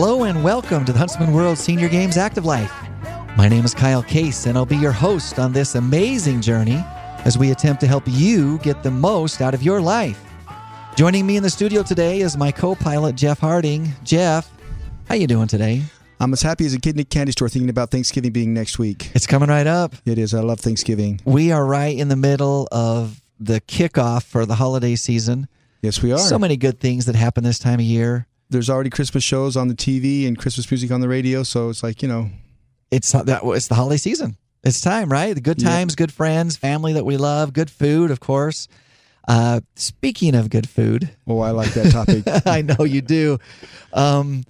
welcome to the Huntsman World Senior Games Active Life. My name is Kyle Case, and I'll be your host on this amazing journey as we attempt to help you get the most out of your life. Joining me in the studio today is my co-pilot Jeff Harding. Jeff, how you doing today? I'm as happy as a kid in a candy store thinking about Thanksgiving being next week. It's coming right up. It is. I love Thanksgiving. We are right in the middle of the kickoff for the holiday season. Yes, we are. So many good things that happen this time of year. There's already Christmas shows on the TV and Christmas music on the radio, so it's like you know, It's that it's the holiday season. It's time, right? The good Yeah. times, good friends, family that we love, good food, of course. Uh, speaking of good food, oh, I like that topic. I know you do. Um,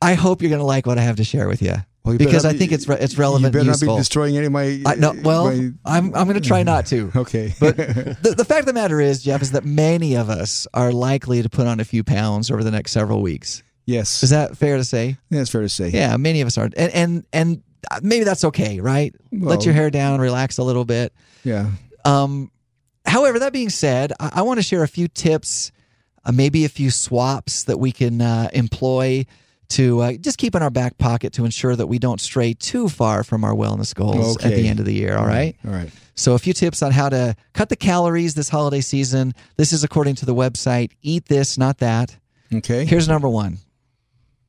I hope you're going to like what I have to share with you Well, you better because not I be- think it's re- it's relevant. You better and useful. not be destroying any of my. uh, I, no, well, my- I'm I'm going to try not to. okay, But the, the fact of the matter is, Jeff, is that many of us are likely to put on a few pounds over the next several weeks. yes, Is that fair to say? that's fair to say. Yeah, many of us are, and and and uh, maybe that's okay, right? Let Well- your hair down, relax a little bit. Yeah. Um, however, that being said, I, I want to share a few tips, uh, maybe a few swaps that we can uh, employ to uh, just keep in our back pocket to ensure that we don't stray too far from our wellness goals at Okay. the end of the year. All right. All right. So, a few tips on how to cut the calories this holiday season. This is according to the website Eat This, Not That. Okay. Here's number one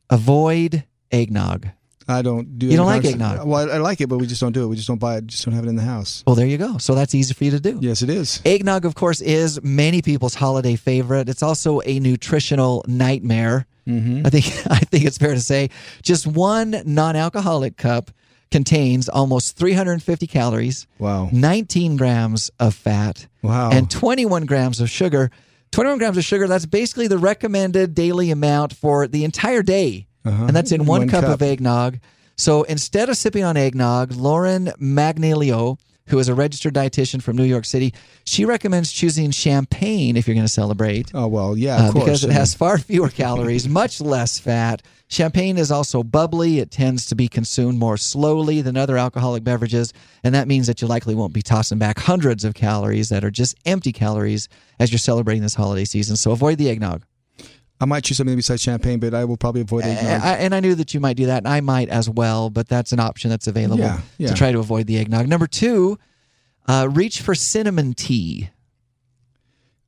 avoid eggnog. I don't do. You don't like eggnog? Well, I, I like it, but we just don't do it. We just don't buy it. Just don't have it in the house. Well, there you go. So, that's easy for you to do. Yes, it is. Eggnog, of course, is many people's holiday favorite. It's also a nutritional nightmare. Mm-hmm. I think I think it's fair to say just one non-alcoholic cup contains almost 350 calories, Wow. Mm. 19 grams of fat, Wow. and 21 grams of sugar. 21 grams of sugar, that's basically the recommended daily amount for the entire day. Uh-huh. And that's in one, One cup, cup. of eggnog. So instead of sipping on eggnog, Lauren Magnalio, who is a registered dietitian from New York City, she recommends choosing champagne if you're going to celebrate. oh well, yeah, of uh, course. because it I mean, has far fewer calories, much less fat. Champagne is also bubbly. It tends to be consumed more slowly than other alcoholic beverages. And that means that you likely won't be tossing back hundreds of calories that are just empty calories as you're celebrating this holiday season. So avoid the eggnog. I might choose something besides champagne, but I will probably avoid eggnog. And I, and I knew that you might do that, and I might as well, but that's an option that's available Yeah, yeah. to try to avoid the eggnog. Number two, uh, reach for cinnamon tea.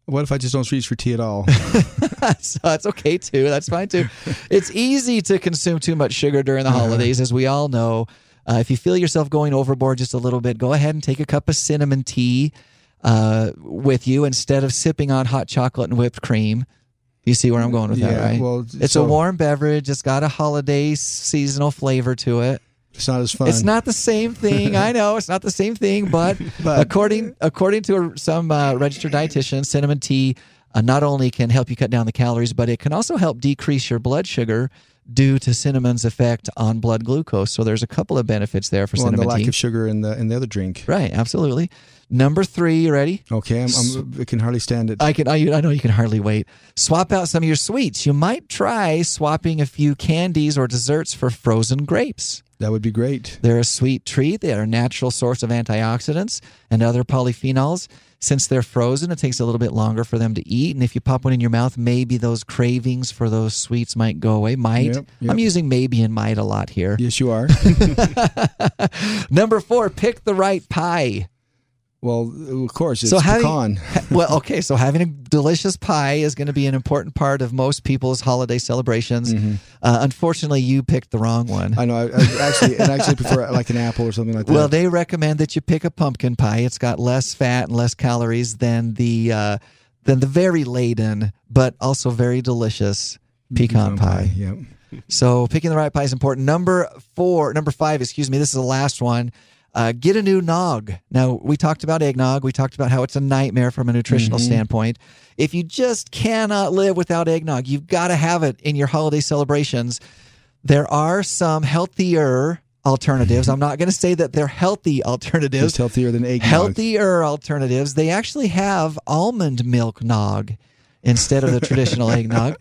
What if I just don't reach for tea at all? so that's okay too. That's fine too. It's easy to consume too much sugar during the Uh-huh. holidays, as we all know. Uh, if you feel yourself going overboard just a little bit, go ahead and take a cup of cinnamon tea uh, with you instead of sipping on hot chocolate and whipped cream. You see where I'm going with that, Yeah, right? well, it's so- a warm beverage. It's got a holiday seasonal flavor to it. It's not as fun. It's not the same thing. I know it's not the same thing, but, But- according according to some uh, registered dietitian, cinnamon tea uh, not only can help you cut down the calories, but it can also help decrease your blood sugar due to cinnamon's effect on blood glucose. So there's a couple of benefits there for well, and the cinnamon lack tea. of sugar in the in the other drink. right, absolutely. Number three, you ready? Okay, I'm, I'm, I can hardly stand it. I can. I, I know you can hardly wait. Swap out some of your sweets. You might try swapping a few candies or desserts for frozen grapes. that would be great. They're a sweet treat. They are a natural source of antioxidants and other polyphenols. Since they're frozen, it takes a little bit longer for them to eat. And if you pop one in your mouth, maybe those cravings for those sweets might go away. Might. Yep, yep. I'm using maybe and might a lot here. Yes, you are. Number four, pick the right pie. well, of course, it's So how do you- pecan. Ha- well, okay, so having a delicious pie is going to be an important part of most people's holiday celebrations. Mm-hmm. Uh, unfortunately, you picked the wrong one. I know. I, I actually, and I actually prefer like an apple or something like that. Well, they recommend that you pick a pumpkin pie. It's got less fat and less calories than the uh, than the very laden, but also very delicious pecan, pie. Yeah. So picking the right pie is important. Number four, number five, excuse me. This is the last one. Uh, get a new nog. Now we talked about eggnog. We talked about how it's a nightmare from a nutritional standpoint. If you just cannot live without eggnog, you've got to have it in your holiday celebrations. There are some healthier alternatives. I'm not going to say that they're healthy alternatives It's healthier than egg. healthier alternatives. They actually have almond milk nog instead of the traditional eggnog.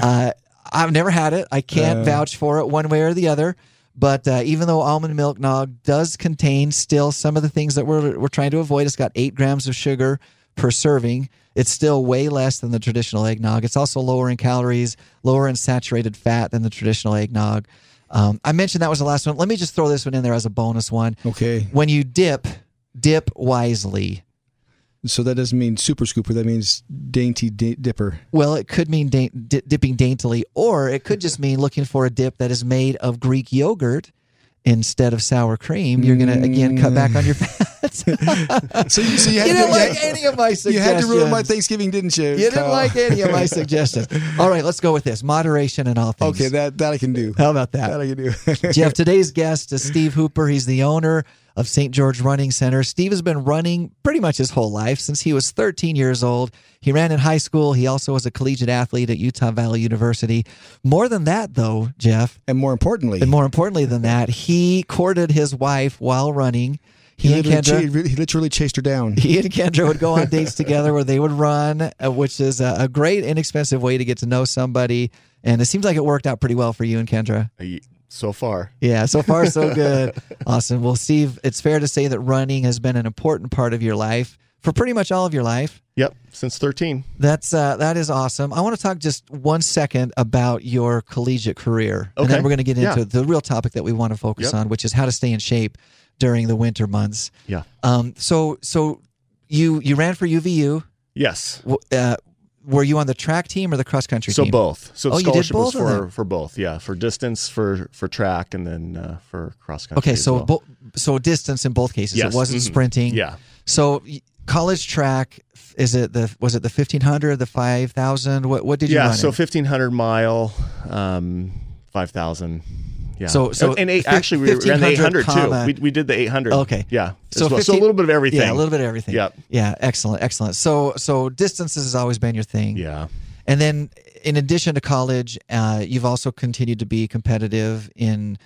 Uh, I've never had it. I can't vouch for it one way or the other. But uh, even though almond milk nog does contain still some of the things that we're, we're trying to avoid, it's got eight grams of sugar, per serving. It's still way less than the traditional eggnog. It's also lower in calories, lower in saturated fat than the traditional eggnog. Um, I mentioned that was the last one. Let me just throw this one in there as a bonus one. Okay. When you dip, dip wisely. So that doesn't mean super scooper. That means dainty di- dipper. Well, it could mean da- di- dipping daintily, or it could just mean looking for a dip that is made of Greek yogurt instead of sour cream. You're going to, again, cut back on your fats. you So you, so Mm. you had didn't to, like any of my suggestions. you had to ruin my Thanksgiving, didn't you? You didn't Kyle? like any of my suggestions. All right, let's go with this moderation and all things. Okay, that that I can do. How about that? That I can do. Jeff, today's guest is Steve Hooper. He's the owner of St. George Running Center. Steve has been running pretty much his whole life since he was 13 years old. He ran in high school. He also was a collegiate athlete at Utah Valley University. More than that, though, Jeff, and more importantly, and more importantly than that, he courted his wife while running. He, he and literally, Kendra. cha- he literally chased her down. He and Kendra would go on dates together where they would run, uh, which is a, a great, inexpensive way to get to know somebody. And it seems like it worked out pretty well for you and Kendra. Are you- So far, Yeah, so far so good. awesome. Well, Steve, it's fair to say that running has been an important part of your life for pretty much all of your life. yep, since 13. That's uh, that is awesome. I want to talk just one second about your collegiate career, and then Okay. we're going to get into Yeah. the real topic that we want to focus Yep. on, which is how to stay in shape during the winter months. Yeah. Um. So so you you ran for UVU. Yes. W- Uh, were you on the track team or the cross country So team? both. So Oh, you the did scholarship was both of for them. for both. Yeah, for distance, for for track, and then uh, for cross country. Okay, as so well. bo- so distance in both cases. Yes, It wasn't mhm. sprinting. yeah, So y- college track is it the was it the fifteen hundred the five thousand what what did you yeah. run So in? fifteen hundred mile, um, five thousand. Yeah. So- so and eight, fif- actually we ran the 1500 eight hundred too. comma- Oh, We, we did the eight hundred. Okay. Yeah. So So, well. so 15 a little bit of everything. yeah a little bit of everything Yep. yeah excellent excellent so so distances has always been your thing Yeah. and then in addition to college uh, you've also continued to be competitive in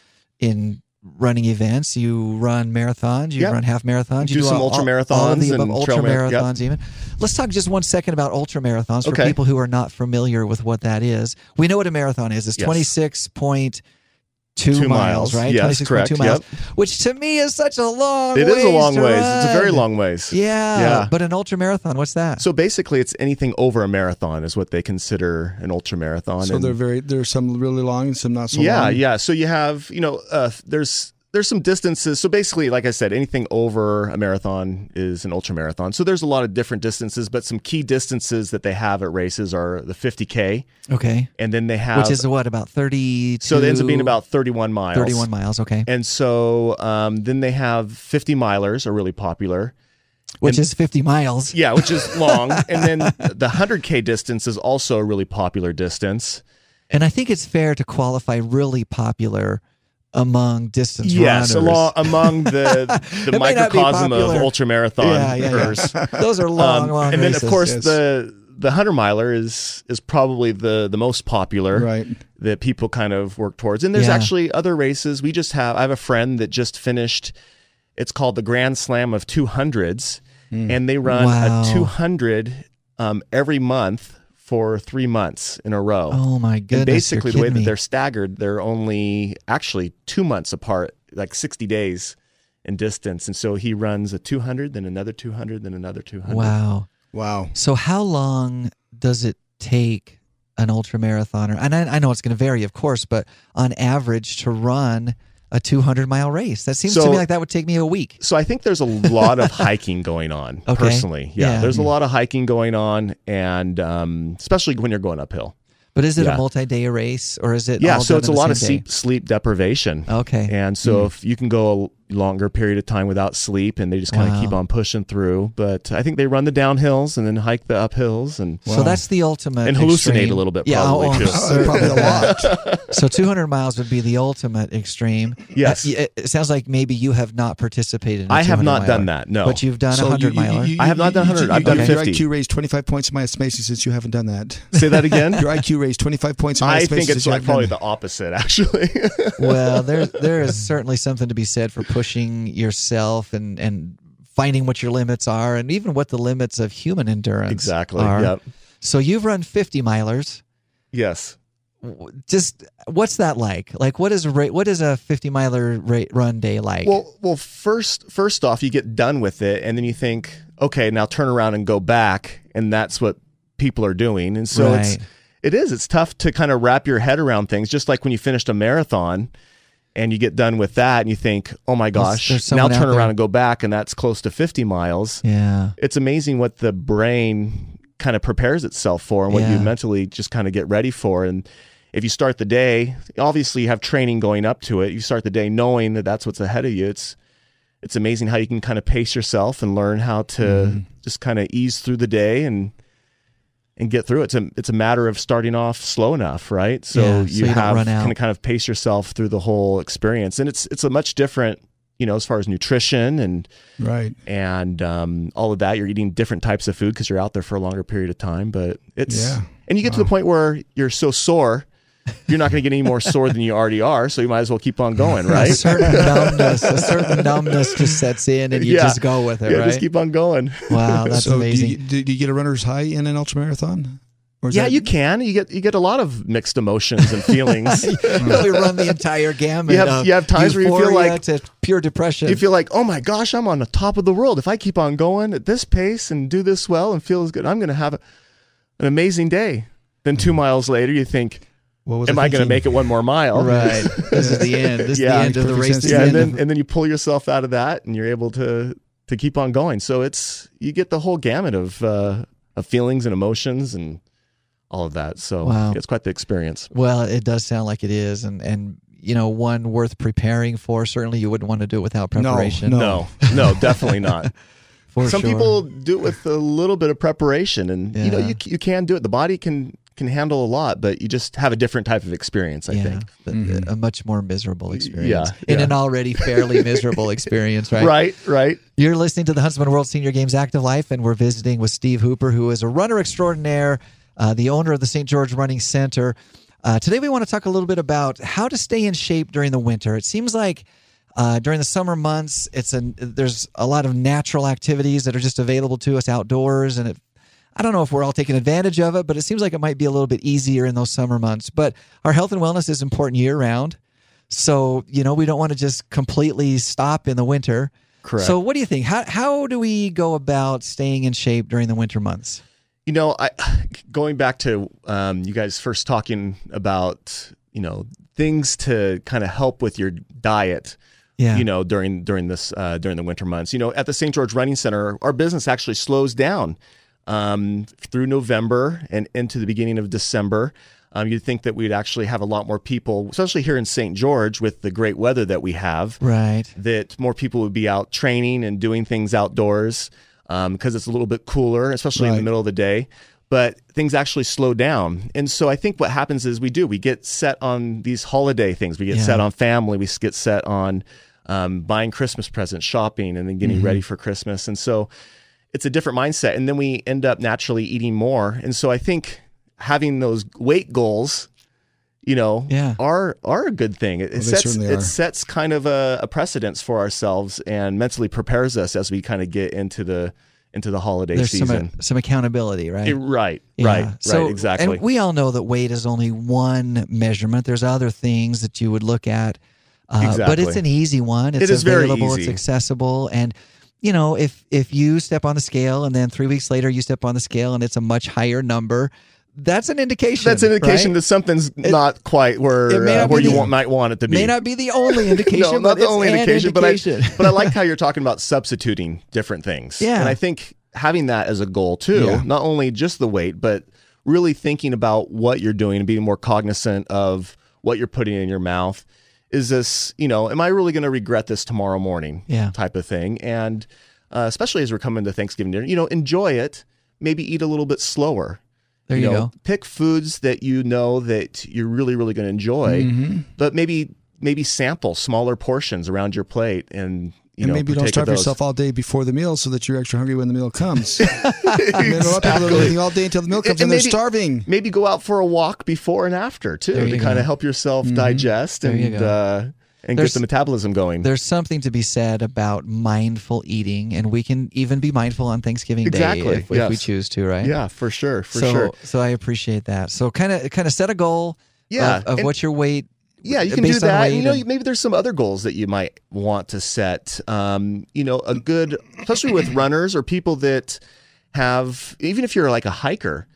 in running events you run marathons you Yep. run half marathons you Do some all- all- ultra all of the marathons above, and ultra trail mar- yep. marathons even let's talk just one second about ultra marathons for Okay. people who are not familiar with what that is we know what a marathon is it's Yes. 26.2 Two miles, miles. right? Yes, 26.2 correct. miles, Yep. which to me is such a long. It is a ways long to ways. It's a very run. long ways. Yeah, Yeah. but an ultra marathon, what's that? So basically, it's anything over a marathon is what they consider an ultra marathon. So and- they're very. There's some really long and some not so yeah, long. yeah. So you have, you know, uh, there's there's some distances. So basically, like I said, anything over a marathon is an ultra marathon. So there's a lot of different distances, but some key distances that they have at races are the 50k, okay, and then they have which is what about thirty? so it ends up being about 31 miles. thirty-one miles. Okay, And so um, then they have 50 milers are really popular. which is fifty miles. Yeah, which is long. and then the 100k distance is also a really popular distance. And I think it's fair to qualify really popular among distance Yes, runners. along, among the It the may not be microcosm of popular. ultra marathon yeah, yeah, yeah. Those are long, long. um, and then of races. course yes. the the hundred miler is is probably the the most popular Right. that people kind of work towards. And there's Yeah. actually other races. We just have I have a friend that just finished. It's called the Grand Slam of two hundreds, and they run Hmm. Wow. a two hundred um, every month for three months in a row. oh my goodness, And basically, you're the way kidding that me. they're staggered, they're only actually two months apart, like 60 days in distance. And so he runs a 200, then another 200, then another 200. wow. Wow. So how long does it take an ultra marathoner? And I, I know it's going to vary, of course, but on average to run a 200 mile race, that seems to So- me like that would take me a week. So I think there's a lot of hiking going on Okay. personally. Yeah, Yeah. Mm. there's a lot of hiking going on, and um, especially when you're going uphill. But is it a Yeah. multi-day race or is it? Yeah, all so done it's a in the lot same of day? sleep, sleep deprivation. Okay. Mm. And so if you can go a longer period of time without sleep and they just kind of Wow. keep on pushing through, but I think they run the downhills and then hike the uphills and So that's the ultimate. And hallucinate extreme. a little bit, Yeah, probably, oh, too. I'm certain Probably a of that. lot. So 200 miles would be the ultimate extreme. Yes. Uh, It, it sounds like maybe you have not participated. In a I have 200 not done miler, that, no. But you've done a So you- 100 you- miler. you- I have not done you- 100. you- I've done your 50. IQ raised 25 points in my estimation since you haven't done that. say that again. Your IQ raised 25 points in my I estimation think since it's you like haven't probably done the opposite, actually. well, there there is certainly something to be said for pushing yourself and and finding what your limits are and even what the limits of human endurance exactly. are. Yep. So you've run 50 milers. Yes. W- Just what's that like? Like what is a ra- what is a 50 miler ra- run day like? Well, well, first, first off, you get done with it, and then you think, okay, now turn around and go back, and that's what people are doing. And so it's Right. it is it's tough to kind of wrap your head around things. Just like when you finished a marathon and you get done with that, and you think, oh my There's- gosh, there's now someone out turn there. around and go back, and that's close to fifty miles. Yeah. It's amazing what the brain kind of prepares itself for, and what you Yeah. mentally just kind of get ready for, and if you start the day, obviously you have training going up to it. You start the day knowing that that's what's ahead of you. It's it's amazing how you can kind of pace yourself and learn how to Mm-hmm. just kind of ease through the day and and get through it. It's a it's a matter of starting off slow enough, right? So Yeah, so you you don't have run out. kind of kind of pace yourself through the whole experience, and it's it's a much different, you know, as far as nutrition and Right. and um, all of that. You're eating different types of food because you're out there for a longer period of time. But it's Yeah. and you get to the point where you're so sore, you're not going to get any more sore than you already are. So you might as well keep on going, A right? certain numbness, a certain numbness just sets in, and you Yeah. just go with it, yeah, right? just keep on going. wow, that's so amazing. Do you, do, do you get a runner's high in an ultra marathon? Or is Yeah, that- you can. You get you get a lot of mixed emotions and feelings. we run the entire gamut. You have- of you have times where you feel euphoria like- to pure depression. you feel like, oh my gosh, I'm on the top of the world. If I keep on going at this pace and do this well and feel as good, I'm going to have a- an amazing day. Then two miles later, you think, What was am I going to thinking? make it one more mile? right. This is the end. This Yeah. is the end of the Perfect race. sense. This Yeah, is and the then end and then you pull yourself out of that, and you're able to to keep on going. So it's you get the whole gamut of uh, of feelings and emotions and all of that. So Wow. it's quite the experience. of- well, it does sound like it is, and and you know, one worth preparing for. Certainly, you wouldn't want to do it without preparation. No. No, no, definitely not. for Some sure. people do it with a little bit of preparation, and you know Yeah. you c- you can do it. The body can can handle a lot, but you just have a different type of experience. I yeah, think. but, uh, a much more miserable experience in yeah. an already fairly miserable experience, right? Right, right. You're listening to the Huntsman World Senior Games Active Life, and we're visiting with Steve Hooper, who is a runner extraordinaire, uh, the owner of the St. George Running Center. Uh, today, we want to talk a little bit about how to stay in shape during the winter. It seems like uh, during the summer months, it's a there's a lot of natural activities that are just available to us outdoors, and it I don't know if we're all taking advantage of it, but it seems like it might be a little bit easier in those summer months. But our health and wellness is important year round. So, you know, we don't want to just completely stop in the winter. Correct. So, what do you think? How, how do we go about staying in shape during the winter months? You know, I going back to um, you guys first talking about you know things to kind of help with your diet. Yeah. You know, during during this uh, during the winter months. You know, at the St. George Running Center, our business actually slows down um, through November and into the beginning of December. Um, you'd think that we'd actually have a lot more people, especially here in St. George, with the great weather that we have Right. that more people would be out training and doing things outdoors because it's a little bit cooler, especially in the Right. middle of the day. But things actually slow down. And so I think what happens is we do, we get set on these holiday things. We get Yeah. set on family. We s- get set on um, buying Christmas presents, shopping, and then getting Mm-hmm. ready for Christmas. And so it's a different mindset. And then we end up naturally eating more. And so I think having those weight goals, you know, Yeah. are are a good thing. It, it Well, they sets certainly it are. sets kind of a, a precedence for ourselves and mentally prepares us as we kind of get into the into the holiday There's some, uh, season. some accountability, right? Eh, right, Yeah. right, So- right, exactly. And we all know that weight is only one measurement. There's other things that you would look at, uh, but it's Exactly. an easy one. It's It is very available. It's easy. accessible, and you know if if you step on the scale and then three weeks later you step on the scale and it's a much higher number, that's an indication. That's an indication right? that something's not quite where it may uh, not where be you the- want, might want it to be. may not be the only indication. no, not but the it's only an indication, indication. but I but I like how you're talking about substituting different things. Yeah. and I think having that as a goal too, Yeah. not only just the weight, but really thinking about what you're doing and being more cognizant of what you're putting in your mouth. Is this, you know, am I really going to regret this tomorrow morning? Yeah. type of thing, and uh, especially as we're coming to Thanksgiving dinner, you know, enjoy it. Maybe eat a little bit slower. there you, know, go. Pick foods that you know that you're really, really going to enjoy, Mm-hmm. but maybe maybe sample smaller portions around your plate and you and know maybe don't partake of starve those. yourself all day before the meal so that you're extra hungry when the meal comes. I mean, a lot of people don't do anything all day until the meal comes and And they're maybe- starving. Maybe go out for a walk before and after too There to you kind go. Mm-hmm. of help yourself digest There you and go. uh, and There's- get the metabolism going. There's something to be said about mindful eating, and we can even be mindful on Thanksgiving Exactly, Day if, if we yes. choose to, right? Yeah, for sure, for so, sure. So I appreciate that. So kind of kind of set a goal Yeah, of, of and- what your weight uh, yeah, you can do based on that. weight You know, and- you- maybe there's some other goals that you might want to set. Um, you know, a good, especially with runners or people that have, even if you're like a hiker,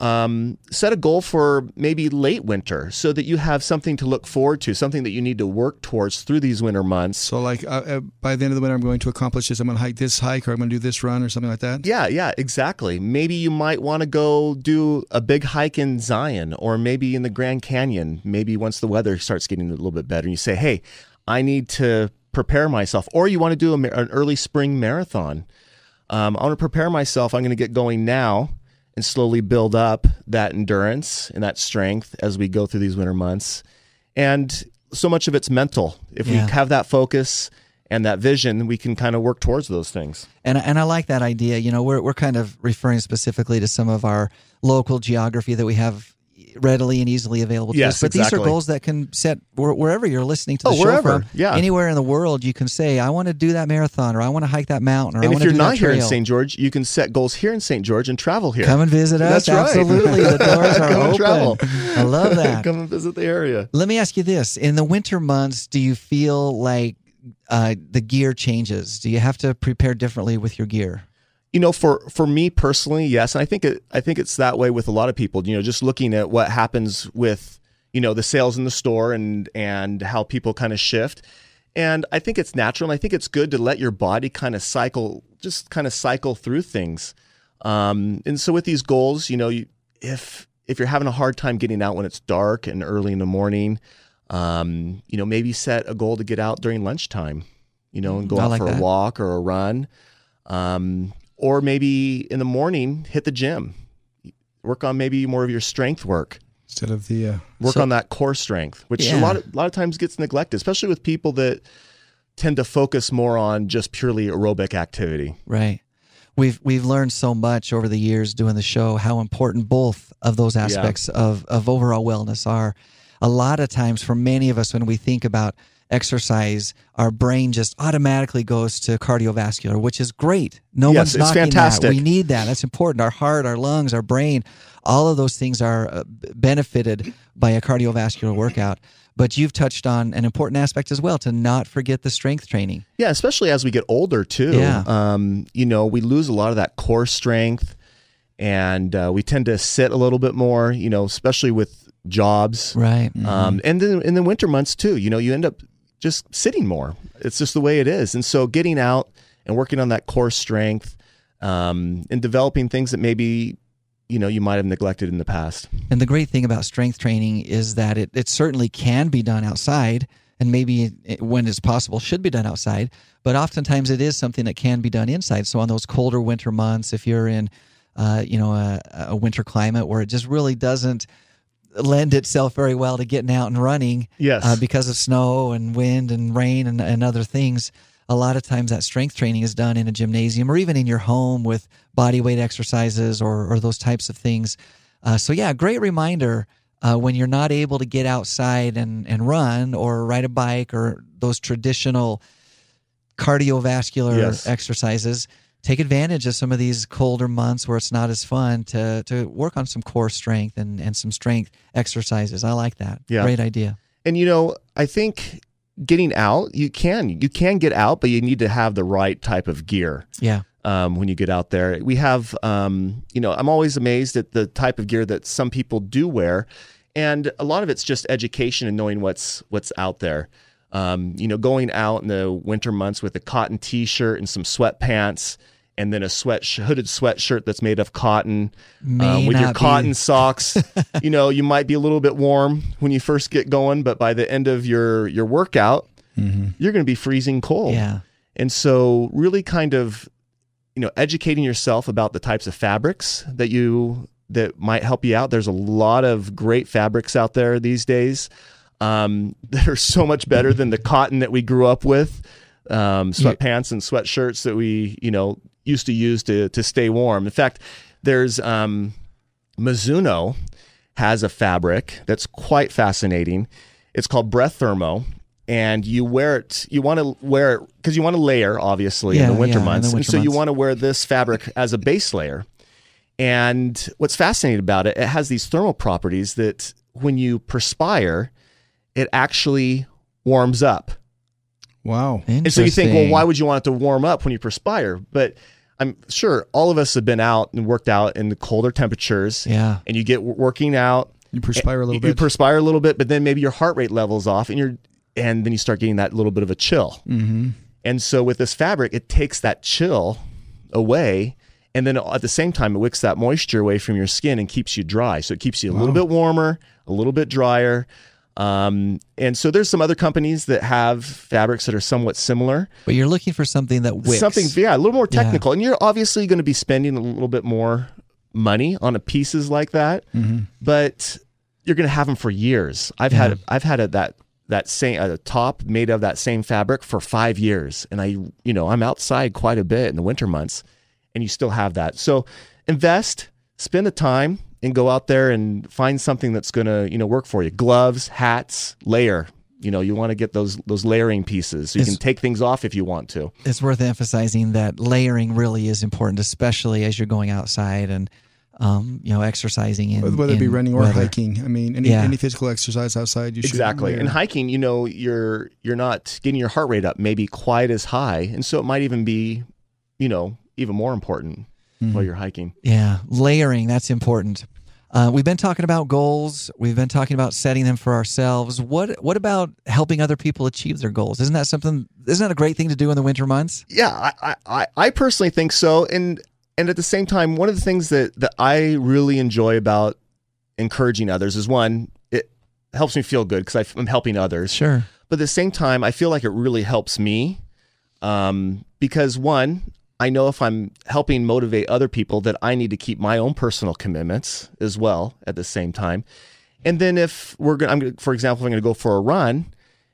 um, set a goal for maybe late winter so that you have something to look forward to, something that you need to work towards through these winter months. So, like, uh, uh, by the end of the winter, I'm going to accomplish this. I'm going to hike this hike, or I'm going to do this run, or something like that. Yeah, yeah, exactly. Maybe you might want to go do a big hike in Zion or maybe in the Grand Canyon. Maybe once the weather starts getting a little bit better, you say, hey, I need to prepare myself. Or you want to do a, ma- an early spring marathon. Um, I want to prepare myself. I'm going to get going now and slowly build up that endurance and that strength as we go through these winter months. And so much of it's mental. If Yeah. we have that focus and that vision, we can kind of work towards those things. And and I like that idea. You know, we're we're kind of referring specifically to some of our local geography that we have readily and easily available to Yes, us. But these are exactly. goals that can set where, wherever you're listening to the Oh, show wherever. from. Yeah. Anywhere in the world, you can say, "I want to do that marathon," or "I want to hike that mountain," or "I and want if to you're do not that here in trail." St. George, you can set goals here in St. George and travel here. Come and visit us. That's right. Absolutely, the doors are Come and open. travel. I love that. Come and visit the area. Let me ask you this: In the winter months, do you feel like uh, the gear changes? Do you have to prepare differently with your gear? You know, for for me personally, yes, and I think it, I think it's that way with a lot of people. You know, just looking at what happens with you know the sales in the store and and how people kind of shift. And I think it's natural, and I think it's good to let your body kind of cycle, just kind of cycle through things. Um, and so with these goals, you know, you, if if you're having a hard time getting out when it's dark and early in the morning, um, you know, maybe set a goal to get out during lunchtime, you know, and go I out like for that. a walk or a run. Um, or maybe in the morning, hit the gym, work on maybe more of your strength work, Instead of the uh, work So- on that core strength, which Yeah. a lot of, a lot of times gets neglected, especially with people that tend to focus more on just purely aerobic activity. Right. We've we've learned so much over the years doing the show how important both of those aspects of of overall wellness are. A lot of times for many of us when we think about exercise, our brain just automatically goes to cardiovascular, which is great. No Yes, one's it's knocking that. fantastic. We need that. That's important. Our heart, our lungs, our brain, all of those things are uh, b- benefited by a cardiovascular workout. But you've touched on an important aspect as well to not forget the strength training. Yeah, especially as we get older too. Yeah. Um, you know, we lose a lot of that core strength, and uh, we tend to sit a little bit more. You know, especially with jobs, Right. um, and then in the winter months too. You know, you end up just sitting more. It's just the way it is, and so getting out and working on that core strength um, and developing things that maybe you know you might have neglected in the past. And the great thing about strength training is that it, it certainly can be done outside, and maybe it, when it's possible, should be done outside. But oftentimes, it is something that can be done inside. So on those colder winter months, if you're in, uh, you know, a, a winter climate where it just really doesn't lend itself very well to getting out and running, Yes. uh, because of snow and wind and rain and, and other things. A lot of times that strength training is done in a gymnasium or even in your home with body weight exercises or, or those types of things. Uh, so, yeah, great reminder uh, when you're not able to get outside and, and run or ride a bike or those traditional cardiovascular Yes. exercises. Take advantage of some of these colder months where it's not as fun to, to work on some core strength and, and some strength exercises. I like that. Yeah. Great idea. And you know, I think getting out, you can you can get out, but you need to have the right type of gear. Yeah. um, when you get out there. We have, um, you know, I'm always amazed at the type of gear that some people do wear, and a lot of it's just education and knowing what's what's out there. Um, you know, going out in the winter months with a cotton T-shirt and some sweatpants, and then a sweat hooded sweatshirt that's made of cotton um, May uh, with not your be- cotton socks. you know, you might be a little bit warm when you first get going, but by the end of your your workout, Mm-hmm. you're going to be freezing cold. Yeah. And so really kind of you know educating yourself about the types of fabrics that you that might help you out. There's a lot of great fabrics out there these days. Um, they're so much better than the cotton that we grew up with, um, sweatpants and sweatshirts that we you know used to use to to stay warm. In fact, there's um, Mizuno has a fabric that's quite fascinating. It's called breath thermo, and you wear it. You want to wear it because you want to layer, obviously, in Yeah, the winter yeah, in the months. and winter so you months. want to wear this fabric as a base layer. And what's fascinating about it, it has these thermal properties that when you perspire it actually warms up. Wow. And so you think, well, Interesting. why would you want it to warm up when you perspire? But I'm sure all of us have been out and worked out in the colder temperatures, Yeah. and you get working out, You perspire a you, little you bit. perspire a little bit, but then maybe your heart rate levels off, and you're and then you start getting that little bit of a chill. mm-hmm. And so with this fabric, it takes that chill away. And then at the same time, it wicks that moisture away from your skin and keeps you dry. So it keeps you a little bit warmer, a little bit drier. Um, and so there's some other companies that have fabrics that are somewhat similar. But you're looking for something that wicks. Something, yeah, a little more Yeah. technical. And you're obviously going to be spending a little bit more money on a pieces like that, but you're going to have them for years. I've had I've had a, that that same a top made of that same fabric for five years, and I you know I'm outside quite a bit in the winter months, and you still have that. So invest, spend the time, and go out there and find something that's going to you know work for you. Gloves, hats, layer. You know, you want to get those those layering pieces so you It's- can take things off if you want to. it's worth emphasizing that layering really is important, especially as you're going outside and um, you know exercising in Whether it be in running or weather. hiking. I mean, any, Yeah. any physical exercise outside, you should. Exactly. wear. And hiking, you know, you're you're not getting your heart rate up maybe quite as high, and so it might even be, you know, even more important while you're hiking. Yeah, layering, that's important. Uh, we've been talking about goals. We've been talking about setting them for ourselves. What what about helping other people achieve their goals? Isn't that something? Isn't that a great thing to do in the winter months? Yeah, I- I, I, I personally think so. And and at the same time, one of the things that, that I really enjoy about encouraging others is one, it helps me feel good because I'm helping others. Sure. But at the same time, I feel like it really helps me um, because one, I know if I'm helping motivate other people that I need to keep my own personal commitments as well at the same time. And then if we're going, I'm gonna, for example, if I'm going to go for a run.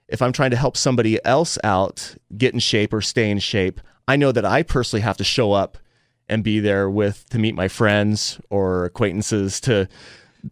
If I'm trying to help somebody else out get in shape or stay in shape, I know that I personally have to show up and be there with to meet my friends or acquaintances to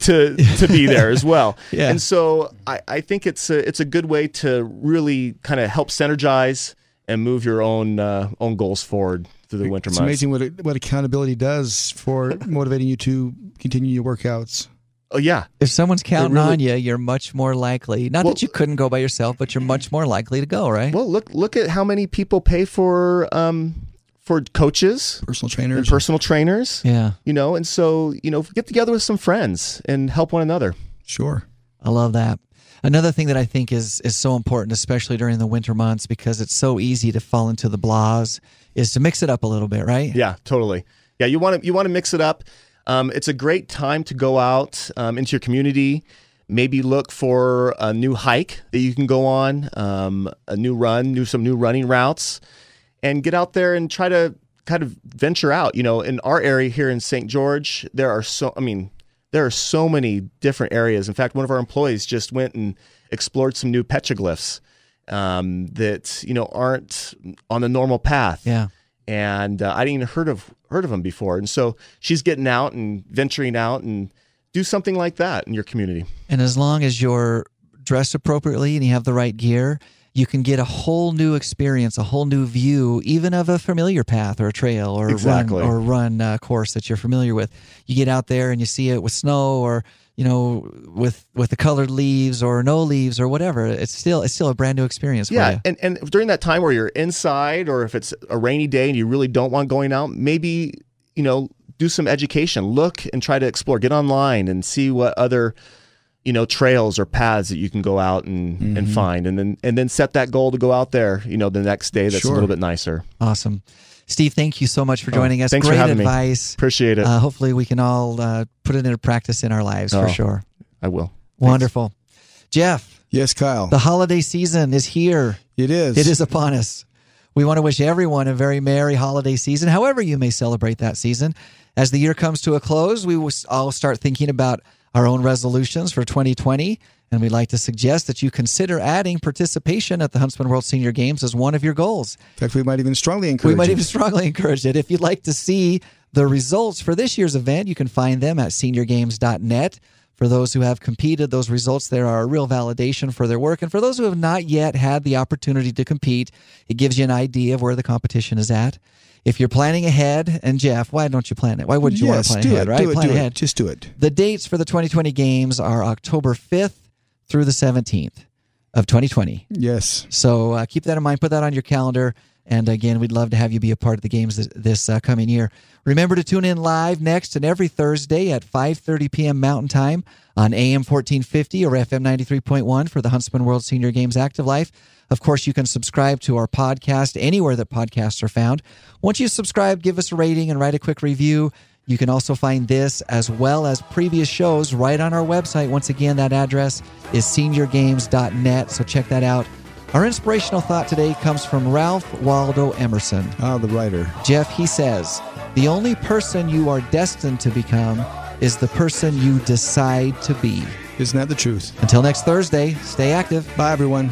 to to be there as well. Yeah. And so I, I think it's a it's a good way to really kind of help synergize and move your own uh, own goals forward through the winter It's months. amazing what it, what accountability does for motivating you to continue your workouts. Oh yeah, If someone's counting really- on you, you're much more likely. Not Well- that you couldn't go by yourself, but you're much more likely to go. Right. Well, look look at how many people pay for um for coaches Personal and trainers. personal trainers. yeah, You know, and so you know, get together with some friends and help one another. sure. I love that. Another thing that I think is is so important, especially during the winter months, because it's so easy to fall into the blahs, is to mix it up a little bit, right? Yeah, totally. Yeah, you want to you want to mix it up. Um, it's a great time to go out um, into your community. Maybe look for a new hike that you can go on, um, a new run, new some new running routes, and get out there and try to kind of venture out. You know, in our area here in St. George, there are so I mean, there are so many different areas. In fact, one of our employees just went and explored some new petroglyphs um, that you know aren't on the normal path Yeah. and uh, I didn't even heard of heard of them before. And so she's getting out and venturing out and do something like that in your community. And as long as you're dressed appropriately and you have the right gear, you can get a whole new experience, a whole new view, even of a familiar path or a trail or Exactly. a run, or run uh, course that you're familiar with. You get out there and you see it with snow or you know with with the colored leaves or no leaves or whatever. It's still it's still a brand new experience. for Yeah, you. and and during that time where you're inside, or if it's a rainy day and you really don't want going out, maybe you know do some education, look and try to explore, get online and see what other you know trails or paths that you can go out and and find, and then and then set that goal to go out there, you know, the next day that's Sure. a little bit nicer. Awesome, Steve. Thank you so much for joining us. Oh, thanks for Great having me. advice. Appreciate it. Uh, hopefully, we can all uh, put it into practice in our lives Oh, for sure. I will. Wonderful, Jeff. Yes, Kyle. The holiday season is here. it is. It is upon us. We want to wish everyone a very merry holiday season, however you may celebrate that season. As the year comes to a close, we will all start thinking about our own resolutions for 2020. And we'd like to suggest that you consider adding participation at the Huntsman World Senior Games as one of your goals. In fact, we might even strongly encourage. We might it. even strongly encourage it. If you'd like to see the results for this year's event, you can find them at seniorgames.net. For those who have competed, those results there are a real validation for their work. And for those who have not yet had the opportunity to compete, it gives you an idea of where the competition is at. If you're planning ahead, and Jeff, why don't you plan it? Why wouldn't you yes, want to plan do ahead, it. right? Do it. plan do ahead. it. Just do it. The dates for the 2020 games are October 5th through the 17th. of 2020. Yes. So uh, keep that in mind. Put that on your calendar. And again, we'd love to have you be a part of the games this, this uh, coming year. Remember to tune in live next and every Thursday at 5:30 p.m. Mountain Time on AM 1450 or FM 93.1 for the Huntsman World Senior Games Active Life. Of course, you can subscribe to our podcast anywhere that podcasts are found. Once you subscribe, give us a rating and write a quick review. You can also find this as well as previous shows right on our website. Once again, that address is seniorgames.net. So check that out. Our inspirational thought today comes from Ralph Waldo Emerson. Ah, the writer. Jeff, he says, The only person you are destined to become is the person you decide to be. Isn't that the truth? Until next Thursday, stay active. Bye, everyone.